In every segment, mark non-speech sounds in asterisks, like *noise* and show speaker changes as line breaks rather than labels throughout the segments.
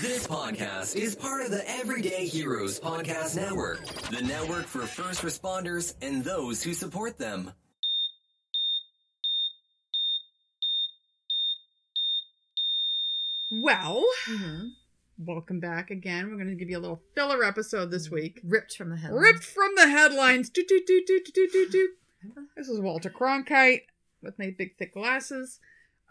This podcast is part of the Everyday Heroes Podcast Network, the network for first responders and those who support them.
Well,
Mhm.
welcome back again. We're going to give you a little filler episode this
Mm-hmm.
week.
Ripped from the head.
Ripped from the headlines. Do, do, do, do, do, do, do, do. This is Walter Cronkite with my big thick glasses,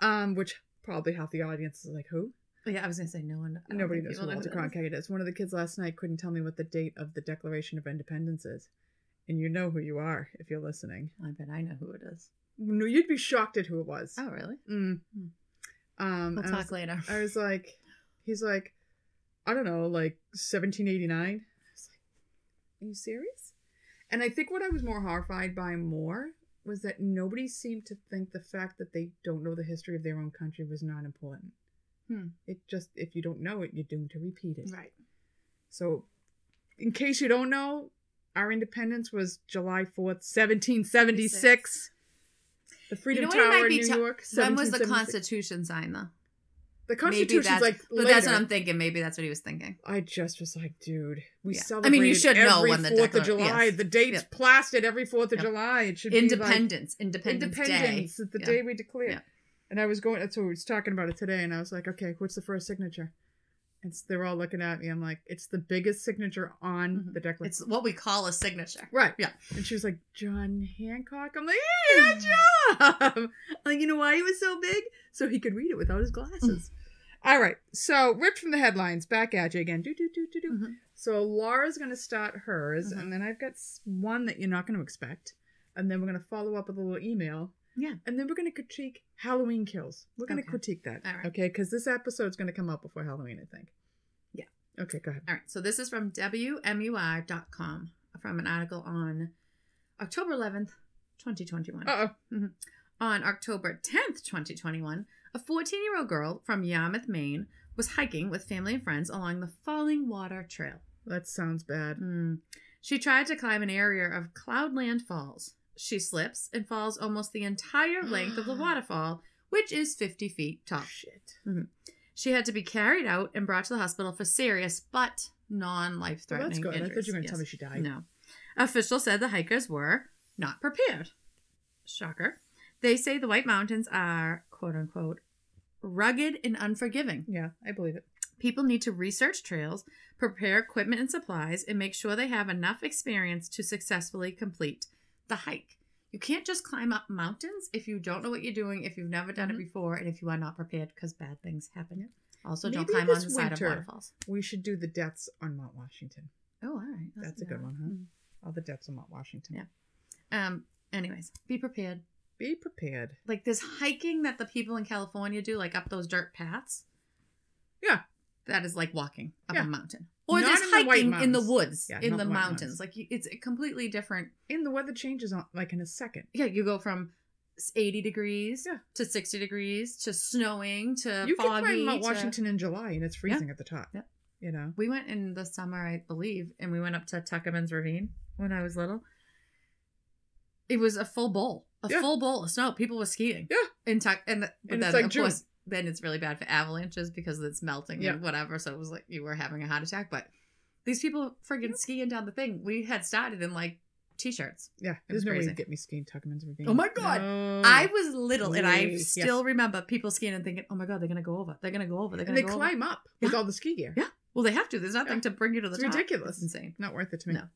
um, which probably half the audience is like, who?
Oh, Yeah, I was gonna say no one. I don't
Nobody
think
knows who
people know
Walter
who that is.
Cronkite is. One of the kids last night couldn't tell me what the date of the Declaration of Independence is. And you know who you are if you're listening.
I bet I know who it is.
No, you'd be shocked at who it was.
Oh, really?
Mm.
Hmm.
Um, uh, and
We'll
I was-
talk later.
I was like, he's like, I don't know, like 1789. I was like, are you serious? And I think what I was more horrified by more was that nobody seemed to think the fact that they don't know the history of their own country was not important.
Hmm.
It just, if you don't know it, you're doomed to repeat it.
right.
So, in case you don't know, our independence was July 4th, 1776. The Freedom
know what it
Tower
might
in
be
New
ta-
York.
When was the
1776.
Constitution signed, though?
The
Maybe
Constitution's
that's,
like
but
later.
that's what I'm thinking. Maybe that's what he was thinking.
I just was like, dude, we
Yeah.
celebrate.
I mean, you should know
every
when the
Fourth of
declar-
July.
yes.
The date's
Yeah.
plastered every Fourth of
Yep.
July. It should
Independence,
be like
Independence,
Independence.
Day.
It's the
Yeah.
day we declare.
Yeah.
And I was going. That's what we was talking about it today. And I was like, okay, what's the first signature? It's they're all looking at me. I'm like, it's the biggest signature on
Mhm.
the declaration.
It's what we call a signature.
Right.
Yeah.
And she was like, John Hancock. I'm like, hey,
*laughs*
good job. I'm *laughs* like, you know why he was so big? So he could read it without his glasses.
Mm.
All right. So ripped from the headlines. Back at you again. Do do do do do.
Mhm.
So Laura's gonna start hers,
Mhm.
and then I've got s- one that you're not gonna expect, and then we're gonna follow up with a little email.
Yeah.
And then we're gonna critique Halloween kills. We're gonna
Okay.
critique that.
All right.
Okay. Because this episode's gonna come out before Halloween, I think.
Yeah.
Okay. Go ahead.
All right. So this is from WMUR.com from an article on October 11th, 2021.
Uh oh.
On October 10th, 2021, a 14 year old girl from Yarmouth, Maine, was hiking with family and friends along the Falling Water Trail.
That sounds bad.
Hmm. She tried to climb an area of Cloudland Falls. She slips and falls almost the entire
*gasps*
length of the waterfall, which is 50 feet tall.
Shit.
She had to be carried out and brought to the hospital for serious but non life
Well, that's
threatening
good. I
injuries.
thought you were gonna
Yes.
tell me she died.
No. Officials said the hikers were not prepared. Shocker. They say the White Mountains are, quote unquote, rugged and unforgiving.
Yeah, I believe it.
People need to research trails, prepare equipment and supplies, and make sure they have enough experience to successfully complete the hike. You can't just climb up mountains if you don't know what you're doing, if you've never done
Mhm.
it before, and if you are not prepared because bad things happen. Also, don't
Maybe
climb on
this
the side
winter-
of waterfalls.
We should do the deaths on Mount Washington.
Oh, all right.
That's a good one, huh? All the deaths on Mount Washington.
Yeah. Um. Anyways, be prepared.
Be prepared.
Like this hiking that the people in California do, like up those dirt paths.
Yeah.
That is like walking up
Yeah.
a mountain, or
Not
there's
in the White
hiking in the
Mountains.
woods,
Yeah,
in
not
the
the White
mountains.
Mountains.
Like you, it's a completely different.
And the weather changes on like in a second.
Yeah, you go from s- 80 degrees
Yeah.
to 60 degrees to snowing to
you
foggy.
can climb Mount
to-
Washington in July and it's freezing at the top.
Yeah.
You know.
We went in the summer, I believe, and we went up to Tuckerman's Ravine when I was little. It was a full bowl, a
Yeah.
full bowl of snow. People were skiing.
Yeah.
In Tuck, and, the, but
And it's
then
like
of course, then it's really bad for avalanches because it's melting
Yeah.
and whatever. So it was like you were having a heart attack. But these people friggin' skiing down the thing. We had started in like t-shirts.
Yeah.
was
There's no way
crazy.
to get me skiing Tuckerman's Ravine.
Oh my God.
No.
I was little, and I
Wee.
still remember people skiing and thinking, "Oh my god, they're gonna go over. They're gonna go over. They're
and they
gonna go over."
climb up with all the ski gear.
Yeah. Well, they have to. There's nothing
Yeah.
to bring you to the
It's
top.
ridiculous. Mm-hmm.
It's insane.
Not worth it to me.
No.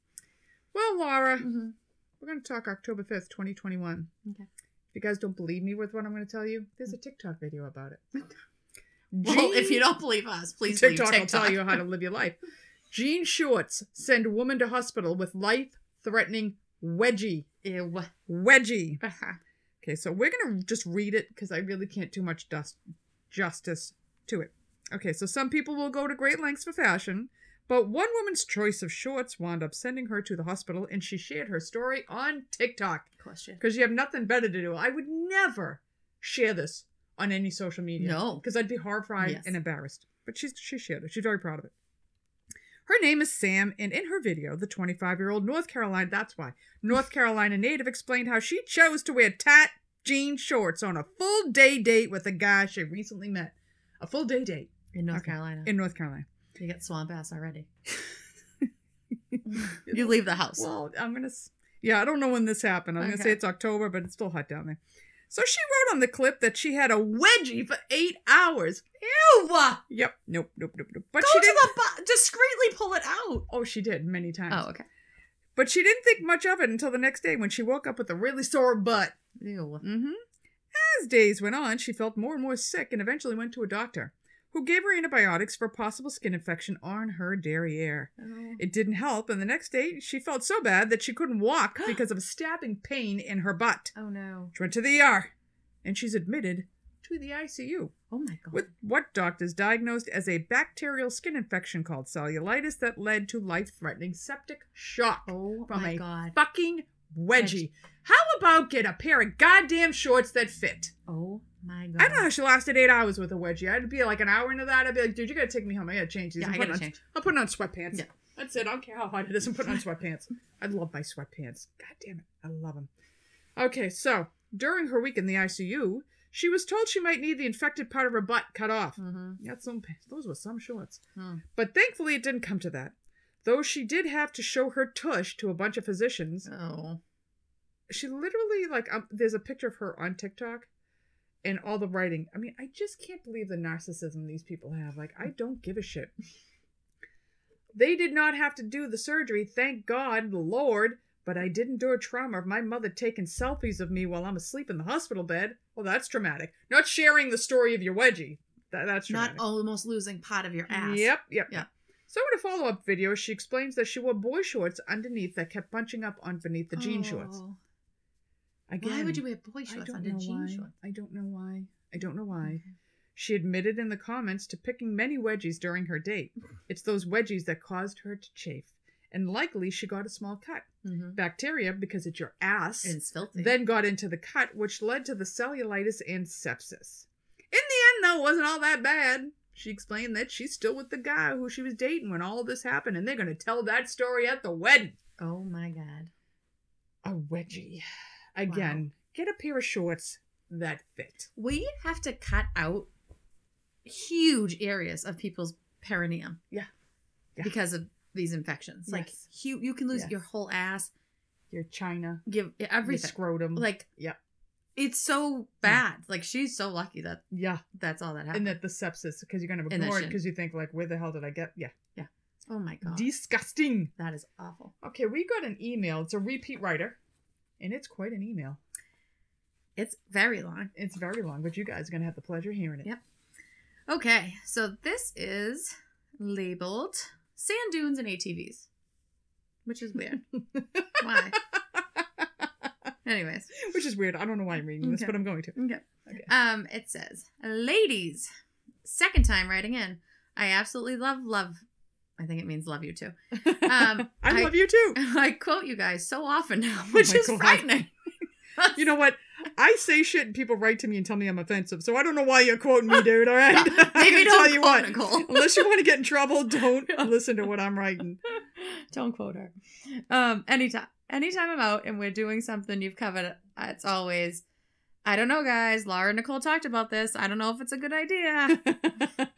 Well, Laura,
Mhm.
we're gonna talk October fifth, twenty twenty one.
Okay.
If you guys don't believe me with what I'm gonna tell you, there's a TikTok video about it.
*laughs* Well, if
Jean-
you don't believe us, please
TikTok,
leave
will
TikTok.
tell you how to live your life. Jean Shorts send woman to hospital with life threatening wedgie.
*laughs* Ew.
Wedgie. Okay, so we're going to just read it because I really can't do much dust justice to it. Okay, so some people will go to great lengths for fashion, but one woman's choice of shorts wound up sending her to the hospital, and she shared her story on TikTok
Question.
because you have nothing better to do. I would never share this on any social media.
No.
Because I'd be horrified
Yes.
and embarrassed. But she's, she shared it. She's very proud of it. Her name is Sam, and in her video, the 25 year old North Carolina, that's why, North Carolina native explained how she chose to wear tight jean shorts on a full day date with a guy she recently met. A full day date.
in North
Okay.
Carolina.
in North Carolina.
you get swamp
*laughs*
ass already. you leave the house.
Well, I'm gonna. s- Yeah, I don't know when this happened. I'm gonna say
Okay.
it's October, but it's still hot down there. So she wrote on the clip that she had a wedgie for eight hours.
Ew! Go
Yep. Nope. Nope. Nope. Nope. But she
to
didn't.
the bu- discreetly pull it out.
oh, she did many times.
Oh, okay.
But she didn't think much of it until the next day when she woke up with a really sore butt.
Ew.
Mm-hmm. As days went on, she felt more and more sick and eventually went to a doctor, who gave her antibiotics for a possible skin infection on her derriere.
Oh.
It didn't help, and the next day she felt so bad that she couldn't walk because of a stabbing pain in her butt.
Oh, no.
She went to the ER, and she's admitted to the ICU
Oh my god.
with what doctors diagnosed as a bacterial skin infection called cellulitis that led to life-threatening septic shock
oh
from
my
a
god.
fucking wedgie. How about get a pair of goddamn shorts that fit?
Oh my god.
I don't know how she lasted eight hours with a wedgie. I'd be like an hour into that. I'd be like, dude, you gotta take me home. I gotta change these.
Yeah,
I'm
I
putting
gotta
on-
change.
I'm putting on sweatpants.
Yeah.
That's it. I don't care how hot it is. I'm putting on sweatpants. I love my sweatpants. God damn it. I love them. Okay, so during her week in the ICU, she was told she might need the infected part of her butt cut off.
Mm-hmm.
That's some, those were some shorts.
Hmm.
But thankfully, it didn't come to that. Though she did have to show her tush to a bunch of physicians,
Oh.
she literally like um, there's a picture of her on TikTok and all the writing. I mean, I just can't believe the narcissism these people have. Like, I don't give a shit. They did not have to do the surgery, thank God, Lord, but I did endure trauma of my mother taking selfies of me while I'm asleep in the hospital bed. Well, that's traumatic. Not sharing the story of your wedgie. That, that's
Not
traumatic.
almost losing part of your ass.
Yep, yep.
Yeah.
So in a follow-up video, she explains that she wore boy shorts underneath that kept bunching up on beneath the jean shorts.
Oh.
Again,
Why would you wear boy shorts under jean
why.
shorts?
I don't know why. I don't know why. She admitted in the comments to picking many wedgies during her date. It's those wedgies that caused her to chafe. And likely she got a small cut.
Mm-hmm.
Bacteria, because it's your ass,
It's filthy.
then got into the cut, which led to the cellulitis and sepsis. In the end, though, it wasn't all that bad. She explained that she's still with the guy who she was dating when all this happened, and they're going to tell that story at the wedding.
oh my god.
A wedgie. Again, get a pair of shorts that fit.
We have to cut out huge areas of people's perineum.
Yeah. Yeah.
Because of these infections. Like
Yes.
you you can lose
Yes.
your whole ass,
your china,
give
your
everything.
scrotum.
Like
Yeah.
It's so bad. Like she's so lucky that
yeah,
that's all that
and
happened.
that the sepsis because you're gonna
that
ignore it
shit.
because you think like, where the hell did I get? Yeah,
oh my god.
disgusting.
that is awful.
Okay, we got an email. It's a repeat writer, and it's quite an email.
It's very long.
It's very long, but you guys are gonna have the pleasure of hearing it.
Yep. Okay, so this is labeled sand dunes and ATVs, which
*laughs*
is weird. Why? Anyways,
*laughs* Which is weird. I don't know why I'm reading this,
Okay.
but I'm
*laughs*
going to. *laughs*
okay.
Okay.
Um, it says, "Ladies, second time writing in. I absolutely love love. I think it means love you too.
*laughs*
Um, *laughs*
I,
I-
love you too.
I quote you guys so often now,
Oh
which
my
is
God.
frightening.
You know what? I say shit and people write to me and tell me I'm offensive, so I don't know why you're quoting me, dude. All right, *laughs*
Yeah,
I
*laughs* maybe
can
don't
tell you
quote
what.
Nicole.
Unless you want to get in trouble,
*laughs*
don't listen to what I'm writing.
Don't quote her. Um, anytime, anytime I'm out and we're doing something you've covered, it's always, I don't know, guys. Laura and Nicole talked about this. I don't know if it's a
*laughs*
good idea.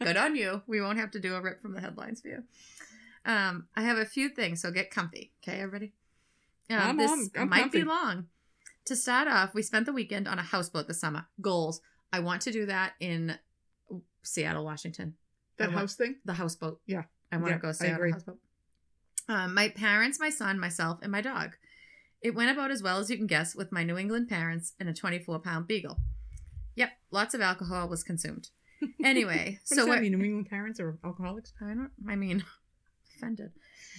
good on you. We won't have to do a rip from the headlines for you. Um, I have a few things, so get comfy. Okay, everybody. Um,
I'm-
this
I'm- I'm
might
comfy.
be long. To start off, we spent the weekend on a houseboat this summer. Goals. I want to do that in Seattle, Washington
That
I want-
house thing.
the houseboat.
Yeah.
I want
Yeah,
to go
I
stay on
agree.
a houseboat. Um, my parents, my son, myself, and my dog. It went about as well as you can guess with my New England parents and a 24 pound beagle. Yep, lots of alcohol
*laughs*
was consumed. Anyway,
What
so
does that
we're-
mean? New England parents are alcoholics?
I don't. I mean, *laughs* offended.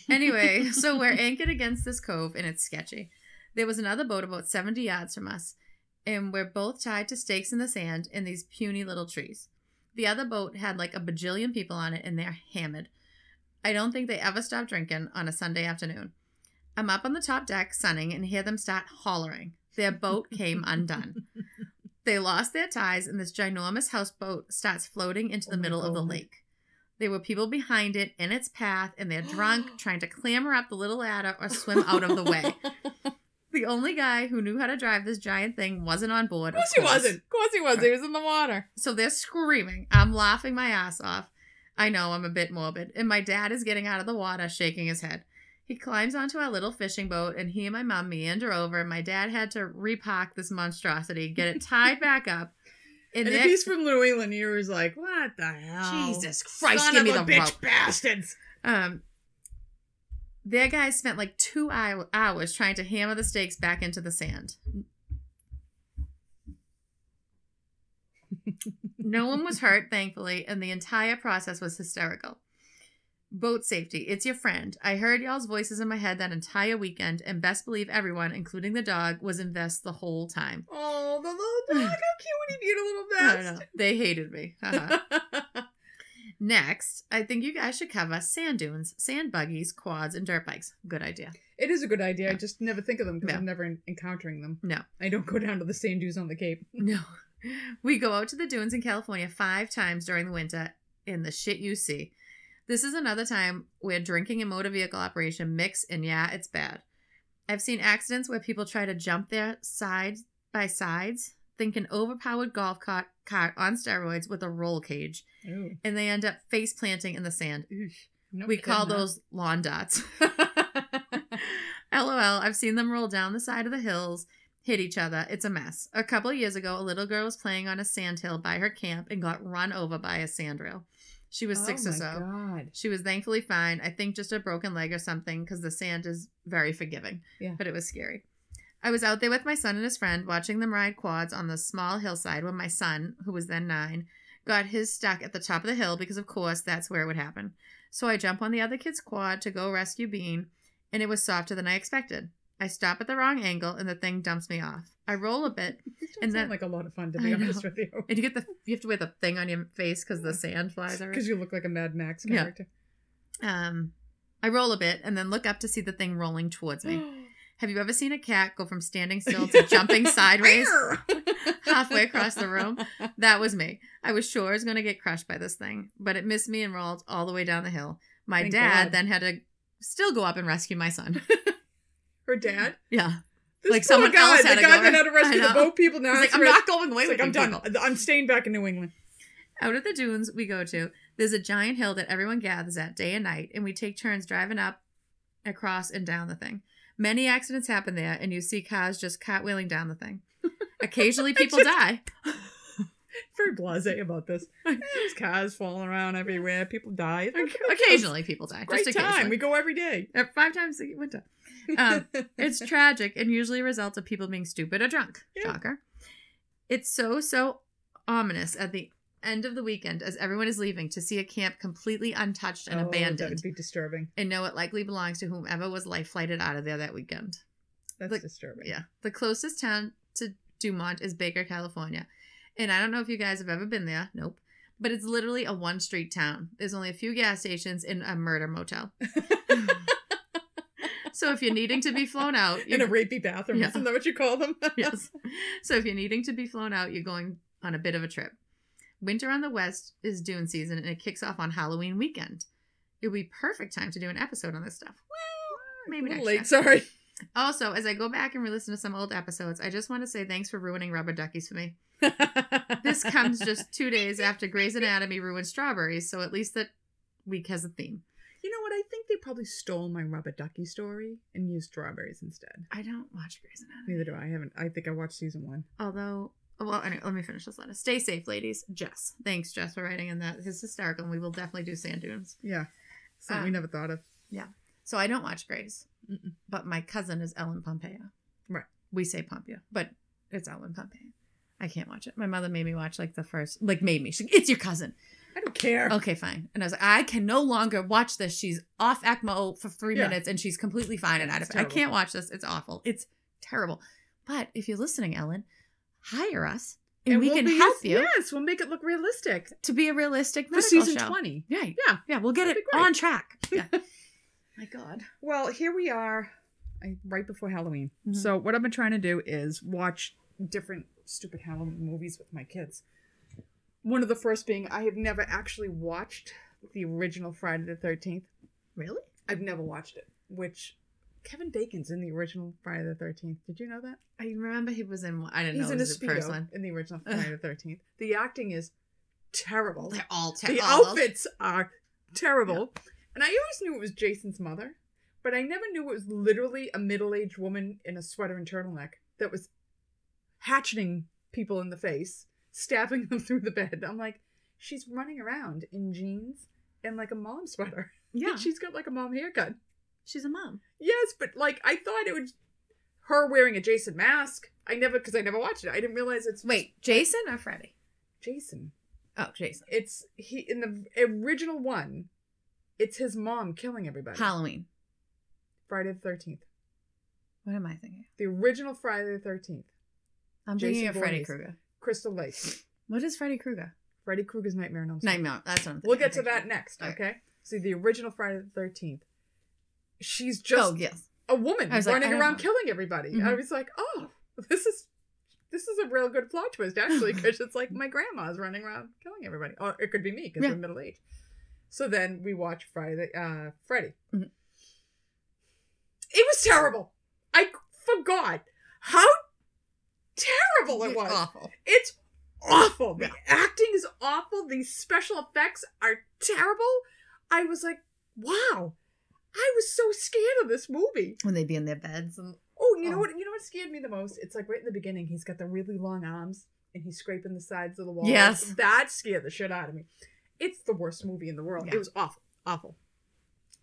Anyway, so
*laughs*
we're anchored against this cove, and it's sketchy. There was another boat about seventy yards from us, and we're both tied to stakes in the sand in these puny little trees. The other boat had like a bajillion people on it, and they're hammered. I don't think they ever stop drinking on a Sunday afternoon. I'm up on the top deck sunning and hear them start hollering. Their boat came
*laughs*
undone. They lost their ties, and this ginormous houseboat starts floating into the
Oh my
middle of the
God.
lake. There were people behind it in its path, and they're *gasps* drunk, trying to clamber up the little ladder or swim out of
*laughs*
the *laughs* way. The only guy who knew how to drive this giant thing wasn't on
Of
board.
course he wasn't. Of course he was. He was in the water.
So they're screaming. I'm laughing my ass off. I know I'm a bit morbid, and my dad is getting out of the water, shaking his head. He climbs onto our little fishing boat, and he and my mom meander over. And my dad had to repack this monstrosity, get it tied back up. *laughs*
And, if
it-
he's from New England, you was like, what the hell?
Jesus Christ,
Son
give me
of
the
a bitch
rope.
bastards.
Um, their guys spent like two hou- hours trying to hammer the stakes back into the sand. no one was hurt, thankfully, and the entire process was hysterical. Boat safety, it's your friend. I heard y'all's voices in my head that entire weekend, and best believe everyone, including the dog, was in vest the whole time.
Oh, the little dog. How
*sighs*
cute would he be in a little
I don't
vest?
know. They hated me. Haha. Next, I think you guys should cover sand dunes, sand buggies, quads, and dirt bikes. Good idea.
It is a good idea. I
Yeah.
just never think of them because
Yeah.
I'm never en- encountering them.
No.
I don't go down to the sand dunes on the Cape. *laughs*
No. We go out to the dunes in California five times during the winter in the shit you see. This is another time where drinking and motor vehicle operation mix, and yeah, it's bad. I've seen accidents where people try to jump their sides by sides, think an overpowered golf cart, cart on steroids with a roll cage,
Ooh,
and they end up face planting in the sand.
nope,
We call
didn't know.
those lawn dots. *laughs* LOL, I've seen them roll down the side of the hills, hit each other. It's a mess. A couple of years ago, a little girl was playing on a sand hill by her camp and got run over by a sandrail. She was six
oh
or
my
so.
God.
She was thankfully fine. I think just a broken leg or something because the sand is very forgiving.
Yeah.
But it was scary. I was out there with my son and his friend watching them ride quads on the small hillside when my son, who was then nine, got his stuck at the top of the hill because, of course, that's where it would happen. So I jump on the other kid's quad to go rescue Bean, and it was softer than I expected. I stop at the wrong angle and the thing dumps me off. I roll a bit
This don't
And
sound
then-
like a lot of fun to
I
be
know.
honest with you.
and you get the you have to wear the thing on your face because the sand
*laughs*
flies. everywhere.
Because you look like a Mad Max
Yeah.
character.
Um, I roll a bit and then look up to see the thing rolling
*gasps*
towards *gasps* me. Have you ever seen a cat go from
*laughs*
standing still to jumping sideways *laughs* halfway across the room? That was me. I was sure I was going to get crushed by this thing, but it missed me and rolled all the way down the hill. My
Thank
dad
God.
then had to still go up and rescue
*laughs*
my son.
Her dad.
yeah.
This
Like
poor
someone
guy,
else had
the
to
guy
go
that
in.
had to rescue
I
the
know.
boat people. Now
He's like,
has to
I'm
res-
not going away
He's
with
like, I'm
you
done.
people."
I'm staying back in New England.
Out of the dunes we go to, there's a giant hill that everyone gathers at day and night, and we take turns driving up, across, and down the thing. Many accidents happen there, and you see cars just cartwheeling down
*laughs*
the thing. Occasionally, people die.
Very blasé about
*laughs*
this. There's cars falling around everywhere. People die. It's
Oc-
okay.
Occasionally, people die.
Great
just
time. We
occasionally.
go every day. Oh,
Uh, Five times a winter.
*laughs*
Um, *laughs* It's tragic and usually results of people being stupid or drunk.
Yeah.
Shocker. It's so, so ominous at the end of the weekend as everyone is leaving to see a camp completely untouched and
Oh, That
abandoned
would be disturbing.
and know it likely belongs to whomever was life flighted out of there that weekend.
That's
Like,
disturbing.
Yeah. The closest town to Dumont is Baker, California. And I don't know if you guys have ever been there. Nope. But it's literally a one street town. There's only a few gas stations and a murder motel.
*laughs*
so if you're needing to be flown out, you
In a rapey bathroom.
Yeah.
Isn't that what you call them?
yes. *laughs* So if you're needing to be flown out, you're going on a bit of a trip. Winter on the West is dune season and it kicks off on Halloween weekend. It would be perfect time to do an episode on this stuff. Well, maybe
A *laughs* little
next
late.
time.
Sorry.
Also, as I go back and re-listen to some old episodes, I just want to say thanks for ruining rubber duckies for me.
*laughs*
This comes just two days after Grey's Anatomy ruined strawberries, so at least that week has a theme.
You know what? I think they probably stole my rubber ducky story and used strawberries instead.
I don't watch Grey's Anatomy.
Neither do I. I haven't. I think I watched season one.
Although, well, anyway, let me finish this letter. Stay safe, ladies. Jess. Thanks, Jess, for writing in that. It's hysterical, and we will definitely do sand dunes.
Yeah. Something we
Um,
never thought of.
So I don't watch Grey's,
Mm-mm.
but my cousin is Ellen Pompeia.
Right.
We say Pompeia, but it's Ellen Pompeia. I can't watch it. My mother made me watch like the first, like made me. She's like, it's your cousin.
I don't care.
Okay, fine. And I was like, I can no longer watch this. She's off ECMO for three
Yeah.
minutes and she's completely fine and out of
It's
it. I
terrible.
can't watch this. It's awful. It's terrible. But if you're listening, Ellen, hire us and,
And
we
we'll
can
be-
help you
Yes, we'll make it look realistic
to be a realistic
for
medical
season
show.
twenty.
Yeah,
Yeah.
yeah, we'll get
That'd
it
be great. *laughs*
on track. Yeah. My God.
Well, here we are, I, right before Halloween.
Mhm.
So what I've been trying to do is watch different stupid Halloween movies with my kids. One of the first being I have never actually watched the original Friday the Thirteenth.
Really?
I've never watched it. Which Kevin Bacon's in the original Friday the Thirteenth. Did you know that?
I remember he was in. one- I didn't
He's
know
in
it
a
was the
speedo
*laughs* first one.
in the original Friday the Thirteenth. The acting is terrible.
They're all
the
terrible.
outfits are terrible. And I always knew it was Jason's mother, but I never knew it was literally a middle aged woman in a sweater and turtleneck that was hatcheting people in the face, stabbing them *laughs* through the bed. I'm like, she's running around in jeans and like a mom sweater.
Yeah,
And *laughs* she's got like a mom haircut.
she's a mom.
Yes, but like I thought it was her wearing a Jason mask. I never, because I never watched it. I didn't realize it's
Wait, Jason or Freddy?
Jason.
Oh, Jason.
It's he in the original one. It's his mom killing everybody.
Halloween.
Friday the Thirteenth.
What am I thinking?
The original Friday the Thirteenth.
I'm
Jason
thinking of Freddy
Voorhees.
Krueger.
Crystal
*laughs*
Lake.
What is Freddy Krueger?
Freddy Krueger's Nightmare on Elm Street.
Nightmare. That's what I'm thinking.
We'll get to
Okay.
that next.
All
Okay.
right.
See the original Friday the Thirteenth. She's just
oh yes.
a woman
I was like,
running
I don't
around
know.
killing everybody.
Mhm.
I was like, oh, this is this is a real good plot twist actually,
*laughs*
because it's like my grandma's running around killing everybody, or it could be me because
Yeah.
I'm middle aged. So then we watch Friday, uh, Freddy.
Mhm.
It was terrible. I forgot how terrible it
It's
was.
awful.
It's awful. The
Oh. Yeah.
acting is awful. The special effects are terrible. I was like, wow. I was so scared of this movie.
When they'd be in their beds and
Oh, you know
Oh.
what? You know what scared me the most? It's like right in the beginning, he's got the really long arms and he's scraping the sides of the wall.
Yes.
that scared the shit out of me. It's the worst movie in the world.
Yeah.
It was awful, awful.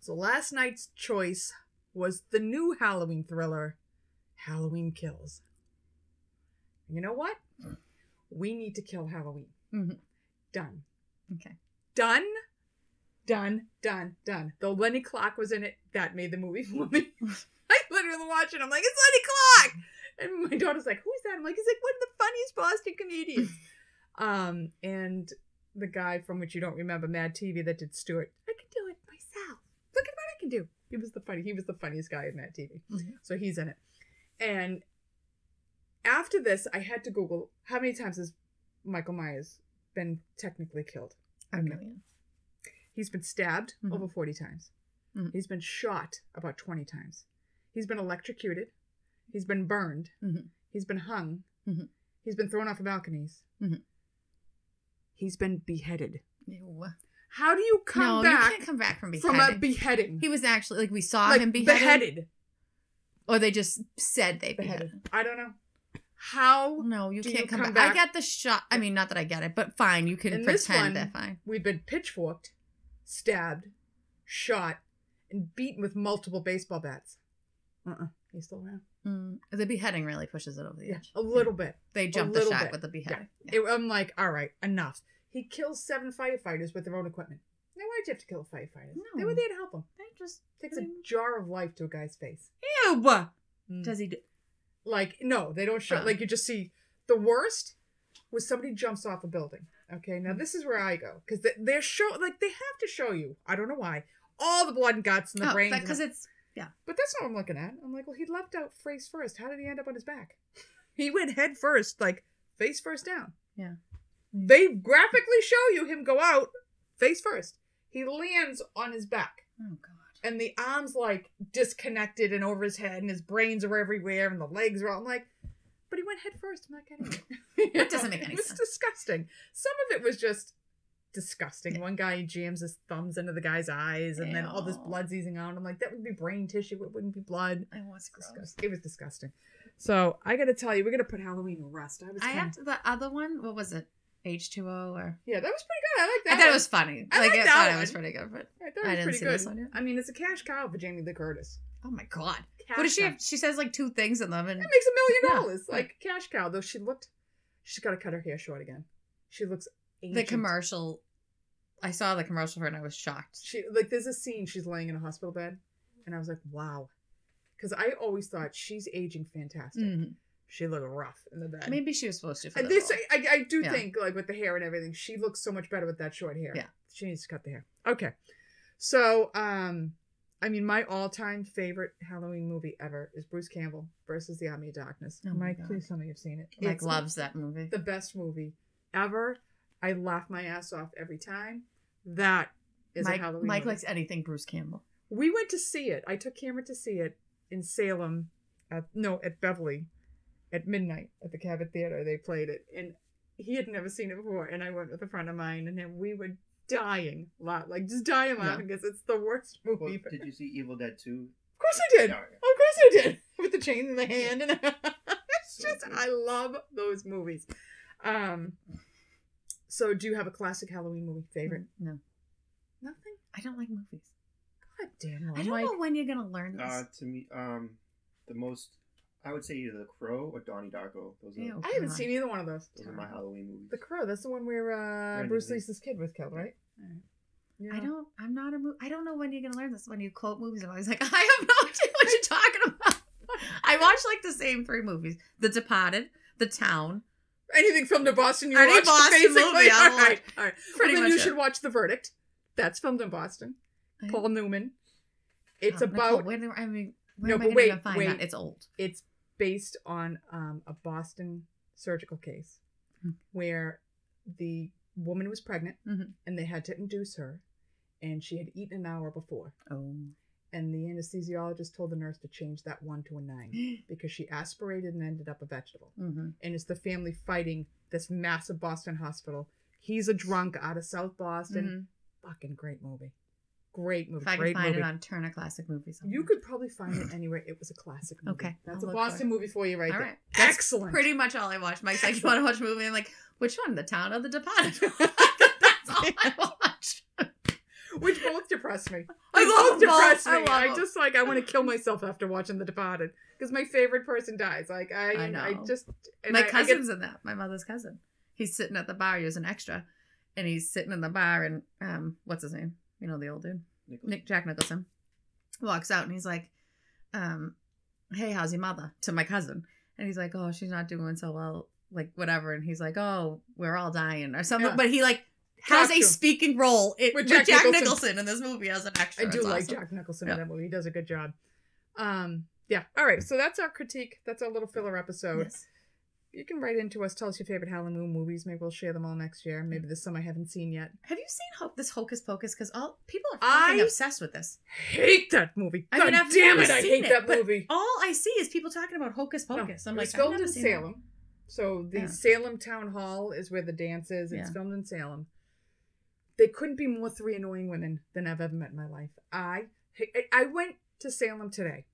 So last night's choice was the new Halloween thriller, Halloween Kills. You know what?
Mm.
We need to kill Halloween.
Mhm.
Done.
Okay.
Done. Done. Done. Done. Though Lenny Clark was in it, that made the movie for me. *laughs* I literally watch it. I'm like, it's Lenny Clark. And my daughter's like, who's that? I'm like, he's like one of the funniest Boston comedians. um, and the guy from which you don't remember, Mad TV, that did Stuart. I can do it myself. Look at what I can do. He was the funny. He was the funniest guy in Mad TV.
Mhm.
So he's in it. And after this, I had to Google how many times has Michael Myers been technically killed.
a
Okay.
million.
He's been stabbed
Mhm.
over 40 times.
Mhm.
He's been shot about 20 times. He's been electrocuted. He's been burned.
Mhm.
He's been hung.
Mhm.
He's been thrown off of balconies.
Mhm.
He's been beheaded.
Ew.
How do you come
no, you
back
can't come back from beheading.
from a beheading?
he was actually like we saw
like,
him beheaded,
beheaded.
or they just said they beheaded.
Beheaded. I don't know. How
No, you
Do
can't
you
come,
come back-
back. I get the shot. I mean, not that I get it, but fine. You can
In this
pretend
one-
that fine.
we've been pitchforked, stabbed, shot, and beaten with multiple baseball bats. Uh-uh. He's still around.
Mm, the beheading really pushes it over the
Yeah,
edge.
a little bit.
They jump the
little
shot
bit.
with the beheading. Yeah.
It, I'm like, all right, enough. He kills seven firefighters with their own equipment. Now, why'd you have to kill firefighters? They were
No.
there to help him.
They just
Takes a jar of life to a guy's face.
ew.
Mm.
Does he? Do-
like, no, they don't show.
Oh.
Like, you just see the worst was somebody jumps off a building. Okay,
Mm.
now this is where I go because they, they're show like they have to show you. I don't know why all the blood and guts and the
oh,
brains. and
because it's
But that's not what I'm looking at. I'm like, well, he left out face first. How did he end up on his back? *laughs* he went head first, like face first down.
Yeah.
They graphically show you him go out face first. He lands on his back,
oh god.
and the arms like disconnected and over his head, and his brains are everywhere, and the legs are all. I'm like, but he went head first. I'm not getting it. *laughs*
*laughs* That doesn't make any
It was
sense.
disgusting. Some of it was just disgusting.
Yeah.
One guy jams his thumbs into the guy's eyes, and then all this
Ew.
blood's oozing out. I'm like, that would be brain tissue. It wouldn't be blood.
I was gross.
Disgust- It was disgusting. So I got to tell you, we're gonna put Halloween to rest. I was.
I
kinda-
have to, the other one. What was it? H two O or
Yeah, that was pretty good. I like that.
I thought it
one.
was funny.
I
like
like
I
that
thought it was
one.
pretty good, but
I thought it was
I didn't
pretty
see
good.
this one yet.
I mean, it's a cash cow for Jamie Lee Curtis.
oh my god,
Cash
what does she
cow.
have? She says like two things in them, and
That makes a
Yeah.
million dollars, like cash cow. Though she looked, she's got to cut her hair short again. She looks ancient.
the commercial. I saw the commercial for it, and I was shocked.
She like there's a scene she's laying in a hospital bed, and I was like, wow, because I always thought she's aging fantastic.
Mhm.
She looked rough in the bed.
Maybe she was supposed to. For
And
the
this,
role.
I, I, I do
Yeah.
think, like with the hair and everything, she looks so much better with that short hair.
Yeah.
she needs to cut the hair. Okay, so um, I mean, my all-time favorite Halloween movie ever is Bruce Campbell versus the Army of Darkness.
Oh my
Mike,
God.
please tell me you've seen it.
Mike
It's
loves that movie.
the best movie ever. I laugh my ass off every time. That is
Mike,
a Halloween.
Mike
movie.
likes anything Bruce Campbell.
We went to see it. I took Cameron to see it in Salem. At, no, at Beverly, at midnight at the Cabot Theater. They played it, and he had never seen it before, and I went with a friend of mine, and then we were dying laugh, like just dying
Yeah.
laughing because it's the worst movie.
Well,
ever.
did you see Evil Dead 2?
Of course I did.
Yeah, yeah.
Of course I did. *laughs* With the chain in the hand and it's
So
just
good.
I love those movies. Um so do you have a classic Halloween movie favorite?
No,
Nothing?
I don't like movies.
God damn
I don't
like,
know when you're gonna learn this.
Uh, to me, um, the most, I would say either The Crow or Donnie Darko. Those are,
Ew.
I haven't seen either one of those.
those are my Halloween movies.
The Crow, that's the one where uh,
Randy
Bruce
Lee.
Lee's kid was killed, right? Yeah.
I don't. I'm not a. Mo- I don't know when you're gonna learn this. When you quote movies, I'm always like, *laughs* I have no idea what you're talking about. I watch like the same three movies: The Departed, The Town.
Anything filmed in Boston you
Any
watch
Boston
basically.
movie, I'll
all right, all right.
Pretty
well,
much.
then you
it.
should watch The Verdict. That's filmed in Boston.
I-
Paul Newman. It's
Oh, Nicole,
about
When, do- I mean, when
No,
am I
but
gonna
wait,
even find
wait.
that? It's old.
it's based on um, a Boston surgical case
Hmm.
where the woman was pregnant
Mhm.
and they had to induce her, and she had eaten an hour before.
*gasps* Oh.
And the anesthesiologist told the nurse to change that one to a
*gasps*
nine because she aspirated and ended up a vegetable.
Mm-hmm.
And it's the family fighting this massive Boston hospital. He's a drunk out of South Boston. Fucking great movie. Great movie.
Mm-hmm. If I can
great
find
movie.
it on Turner Classic Movies,
you could probably find it anywhere. It was a classic movie.
Okay,
That's a
I'll look for
Boston movie for you right
All
there.
right. That's
Excellent.
Pretty much all I watch.
*laughs*
Mike's like, you want to watch a movie? I'm like, which one? The Town of the Departed. *laughs* That's all
*laughs*
I watch.
Which both depress me.
*laughs* I
They both
love
depress
both.
me.
I
I,
love them.
just like I want to kill myself after watching The Departed because my favorite person dies. Like I, I,
I know.
just and
my
I- I get-
cousin's in that. My mother's cousin. He's sitting at the bar. He was an extra, and he's sitting in the bar. And um, what's his name? You know the old dude,
Nicholas-
Nick Jack Nicholson, walks out and he's like, um, "Hey, how's your mother?" to my cousin, and he's like, "Oh, she's not doing so well, like whatever." And he's like, "Oh, we're all dying or something."
Yeah.
But he like has
Talk
a
to him.
speaking role it, with, Jack, Nicholson. in this movie as an extra.
I do
It's
like
awesome.
Jack Nicholson in
Yeah.
that movie. He does a good job. Um, yeah. All right. So that's our critique. That's our little filler episode.
Yes.
You can write into us. Tell us your favorite Halloween movies. Maybe we'll share them all next year. Maybe there's some I haven't seen yet.
Have you seen Ho- this Hocus Pocus? Because all people are
I-
fucking obsessed with this.
Hate that movie.
I
God
mean, I've
damn
never
it! I
seen
hate
it,
that
but
movie.
All I see is people talking about Hocus
No,
Pocus. I'm
Oh, it
like,
was
I've
filmed
never
in
seen
Salem. So the
Yeah.
Salem Town Hall is where the dance is. It's
Yeah.
filmed in Salem. They couldn't be more three annoying women than I've ever met in my life. I I went to Salem today,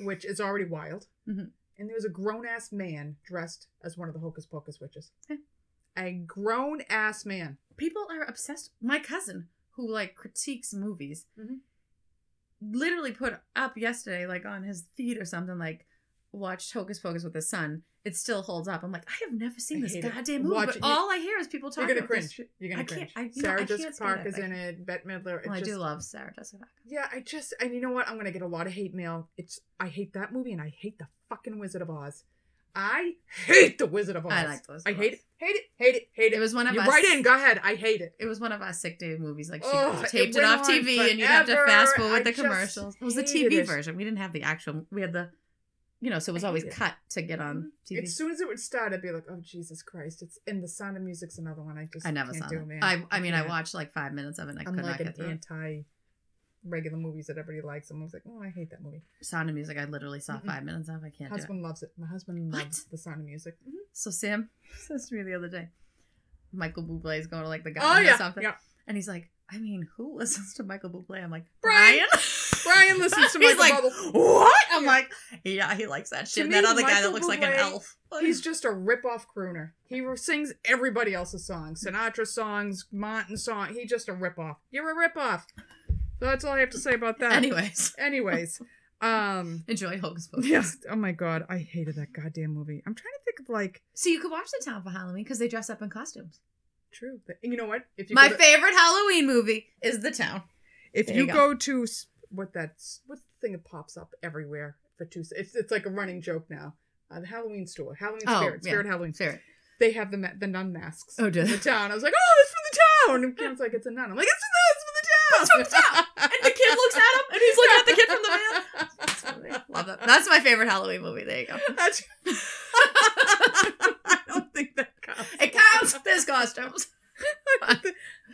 which is already wild.
Mhm.
And there was a grown ass man dressed as one of the Hocus Pocus witches.
Yeah.
A grown ass man.
that. People are obsessed. My cousin, who like critiques movies,
Mhm.
literally put up yesterday, like on his feed or something, like watched Hocus Pocus with his son. It still holds up. I'm like, I have never
I
seen this
hate it.
goddamn movie.
Watch
but
it. You-
all I hear is people talking.
You're gonna
about this
cringe. You're gonna
I
cringe.
can't- I- no,
Sarah
I
Jessica
can't stand
Park
it.
is
I
in it. Bette Midler. It
Well, I do
just-
love Sarah Jessica. Parker.
Yeah, I just and you know what? I'm gonna get a lot of hate mail. It's I hate that movie and I hate the fucking Wizard of Oz. I hate the Wizard of Oz.
I like those.
I hate it. Hate it. Hate it. Hate it.
It was one of
you
us.
right in. Go ahead. I hate it.
It was one of our sick day movies. Like she
Ugh, it
taped it,
went
off
on
TV, and you'd have to fast
forever.
forward
I
the
just
commercials. It was the
hated
TV
it.
version. We didn't have the actual. We had the, you know, so it was
I
always
hate it.
cut to get on TV.
Mm-hmm. As soon as it would start, I'd be like, "Oh Jesus Christ!" It's and the Sound of Music's another one. I just
I never
can't
saw
do,
it.
Man.
I, I mean, I
can't.
watched like five minutes of it. and I
I'm
could
like
not
an
get through. it.
anti regular movies that everybody likes. I'm always like, "Oh, I hate that movie."
Sound of Music. I literally saw
Mm-mm.
five minutes of. I can't do it.
Mm-hmm. husband loves it. My husband
What? Mm-hmm.
loves the Sound of Music. Mm-hmm.
So Sam *laughs* says to me the other day, Michael Bublé is going to like the
Oh
guy or
yeah,
something,
yeah.
and he's like, I mean, who listens to Michael Bublé? I'm like,
Brian.
Brian.
*laughs* Brian listens to
*laughs* He's
Michael
like,
Bublé.
What? I'm
Yeah.
like, yeah, he likes that shit. and
me,
that other guy
Michael
that looks like an
Bublé,
elf. *laughs*
He's just a rip-off crooner. He re- sings everybody else's songs, Sinatra songs, Martin song. He's just a rip-off. You're a rip-off. So that's all I have to say about that.
Anyways, *laughs*
Anyways, um,
enjoy Hocus Pocus.
yes. Oh my God, I hated that goddamn movie. I'm trying to think of like
So you could watch the town for Halloween because they dress up in costumes.
true. but You know what? If you
My
go to,
favorite Halloween movie is the town.
if
There
you
you
go.
go.
to s- what that's what's the thing that pops up everywhere for two. It's it's like a running joke now. Uh, the Halloween store, Halloween
Oh,
spirit,
yeah.
spirit Halloween.
Favorite.
They have the ma- the nun masks.
Oh, do
in
they?
the town. I was like, oh, that's from the town. And Kim's like, it's a nun. I'm like, it's for the, it's for the town. It's from the town.
And *laughs* the kid looks at him, and he's looking at the kid from the van. Love that. That's my favorite Halloween movie.
*laughs*
There you go.
*laughs*
*laughs*
That's- I don't think that counts.
It counts. There's costumes.
I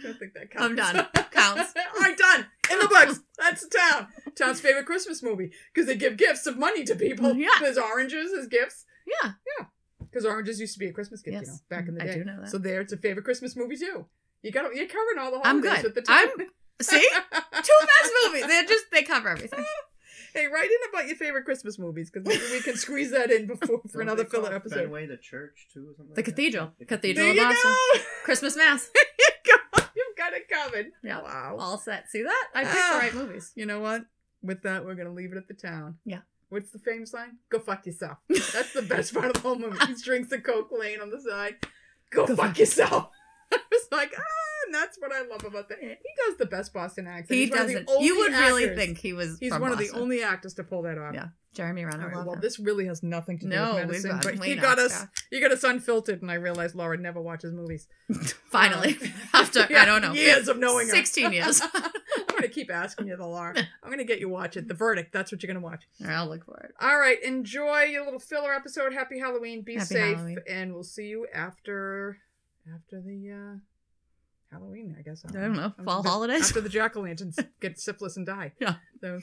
don't think that counts. *laughs*
I'm done. Counts.
All right, done. In the books. That's the town. Town's favorite Christmas movie because they give gifts of money to people.
*laughs* Yeah.
There's oranges as gifts.
Yeah.
Yeah. Because oranges used to be a Christmas gift,
Yes.
you know, back in the
I
day.
do know that.
So there, it's a favorite Christmas movie too. You got to you're covering all the
I'm
holidays
good.
at the time. *laughs*
See? Two best movies. They just they cover everything.
hey, write in about your favorite Christmas movies because maybe we can squeeze that in before
*laughs*
for
Don't
another
they call
filler
it
episode.
Fenway, the church too, or something
The
like that?
cathedral. Cathedral
There
of
you
Boston.
go. *laughs*
Christmas mass.
You've got it covered.
Yeah.
Wow.
All set. See that? I picked
Ah.
the right movies.
You know what? With that, we're gonna leave it at the town.
Yeah.
What's the famous line? Go fuck
*laughs*
yourself. That's the best part of the whole movie. He drinks the coke laying on the side. Go,
Go
fuck,
fuck
yourself. *laughs* I was like, ah, and that's what I love about that. He does the best Boston accent.
He
He's one of the
doesn't.
only
You would really
actors-
think he was.
he's
from
one of the
Boston.
only actors to pull that off.
Yeah. Jeremy
All
Renner.
right,
love
well,
him.
this really has nothing to do
No,
with
we've
medicine,
gotten
but you
way
got
off
us.
track.
You got us unfiltered, and I realized Laura never watches movies. *laughs*
Finally,
Um,
after I don't know
years of knowing her.
sixteen
*laughs*
years.
I'm gonna keep asking you, the
*laughs*
Laura. I'm gonna get you watch it. The verdict. That's what you're gonna watch.
I'll look for it.
All right, enjoy your little filler episode. Happy Halloween. Be
Happy
safe,
Halloween.
and we'll see you after after the uh, Halloween. I guess
I don't know fall holidays.
After
*laughs*
the jack o' lanterns get syphilis and die.
Yeah.
So,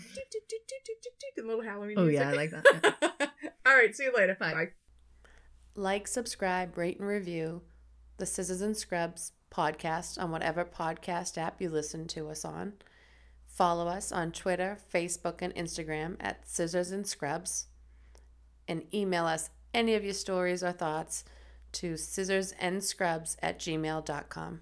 the *laughs* little Halloween.
Oh
music.
yeah, I like that. *laughs* yeah.
*laughs* All right, see you later.
Bye.
Bye.
Like, subscribe, rate, and review the Scissors and Scrubs podcast on whatever podcast app you listen to us on. Follow us on Twitter, Facebook, and Instagram at Scissors and Scrubs. And email us any of your stories or thoughts to scissorsandscrubs at gmail.com.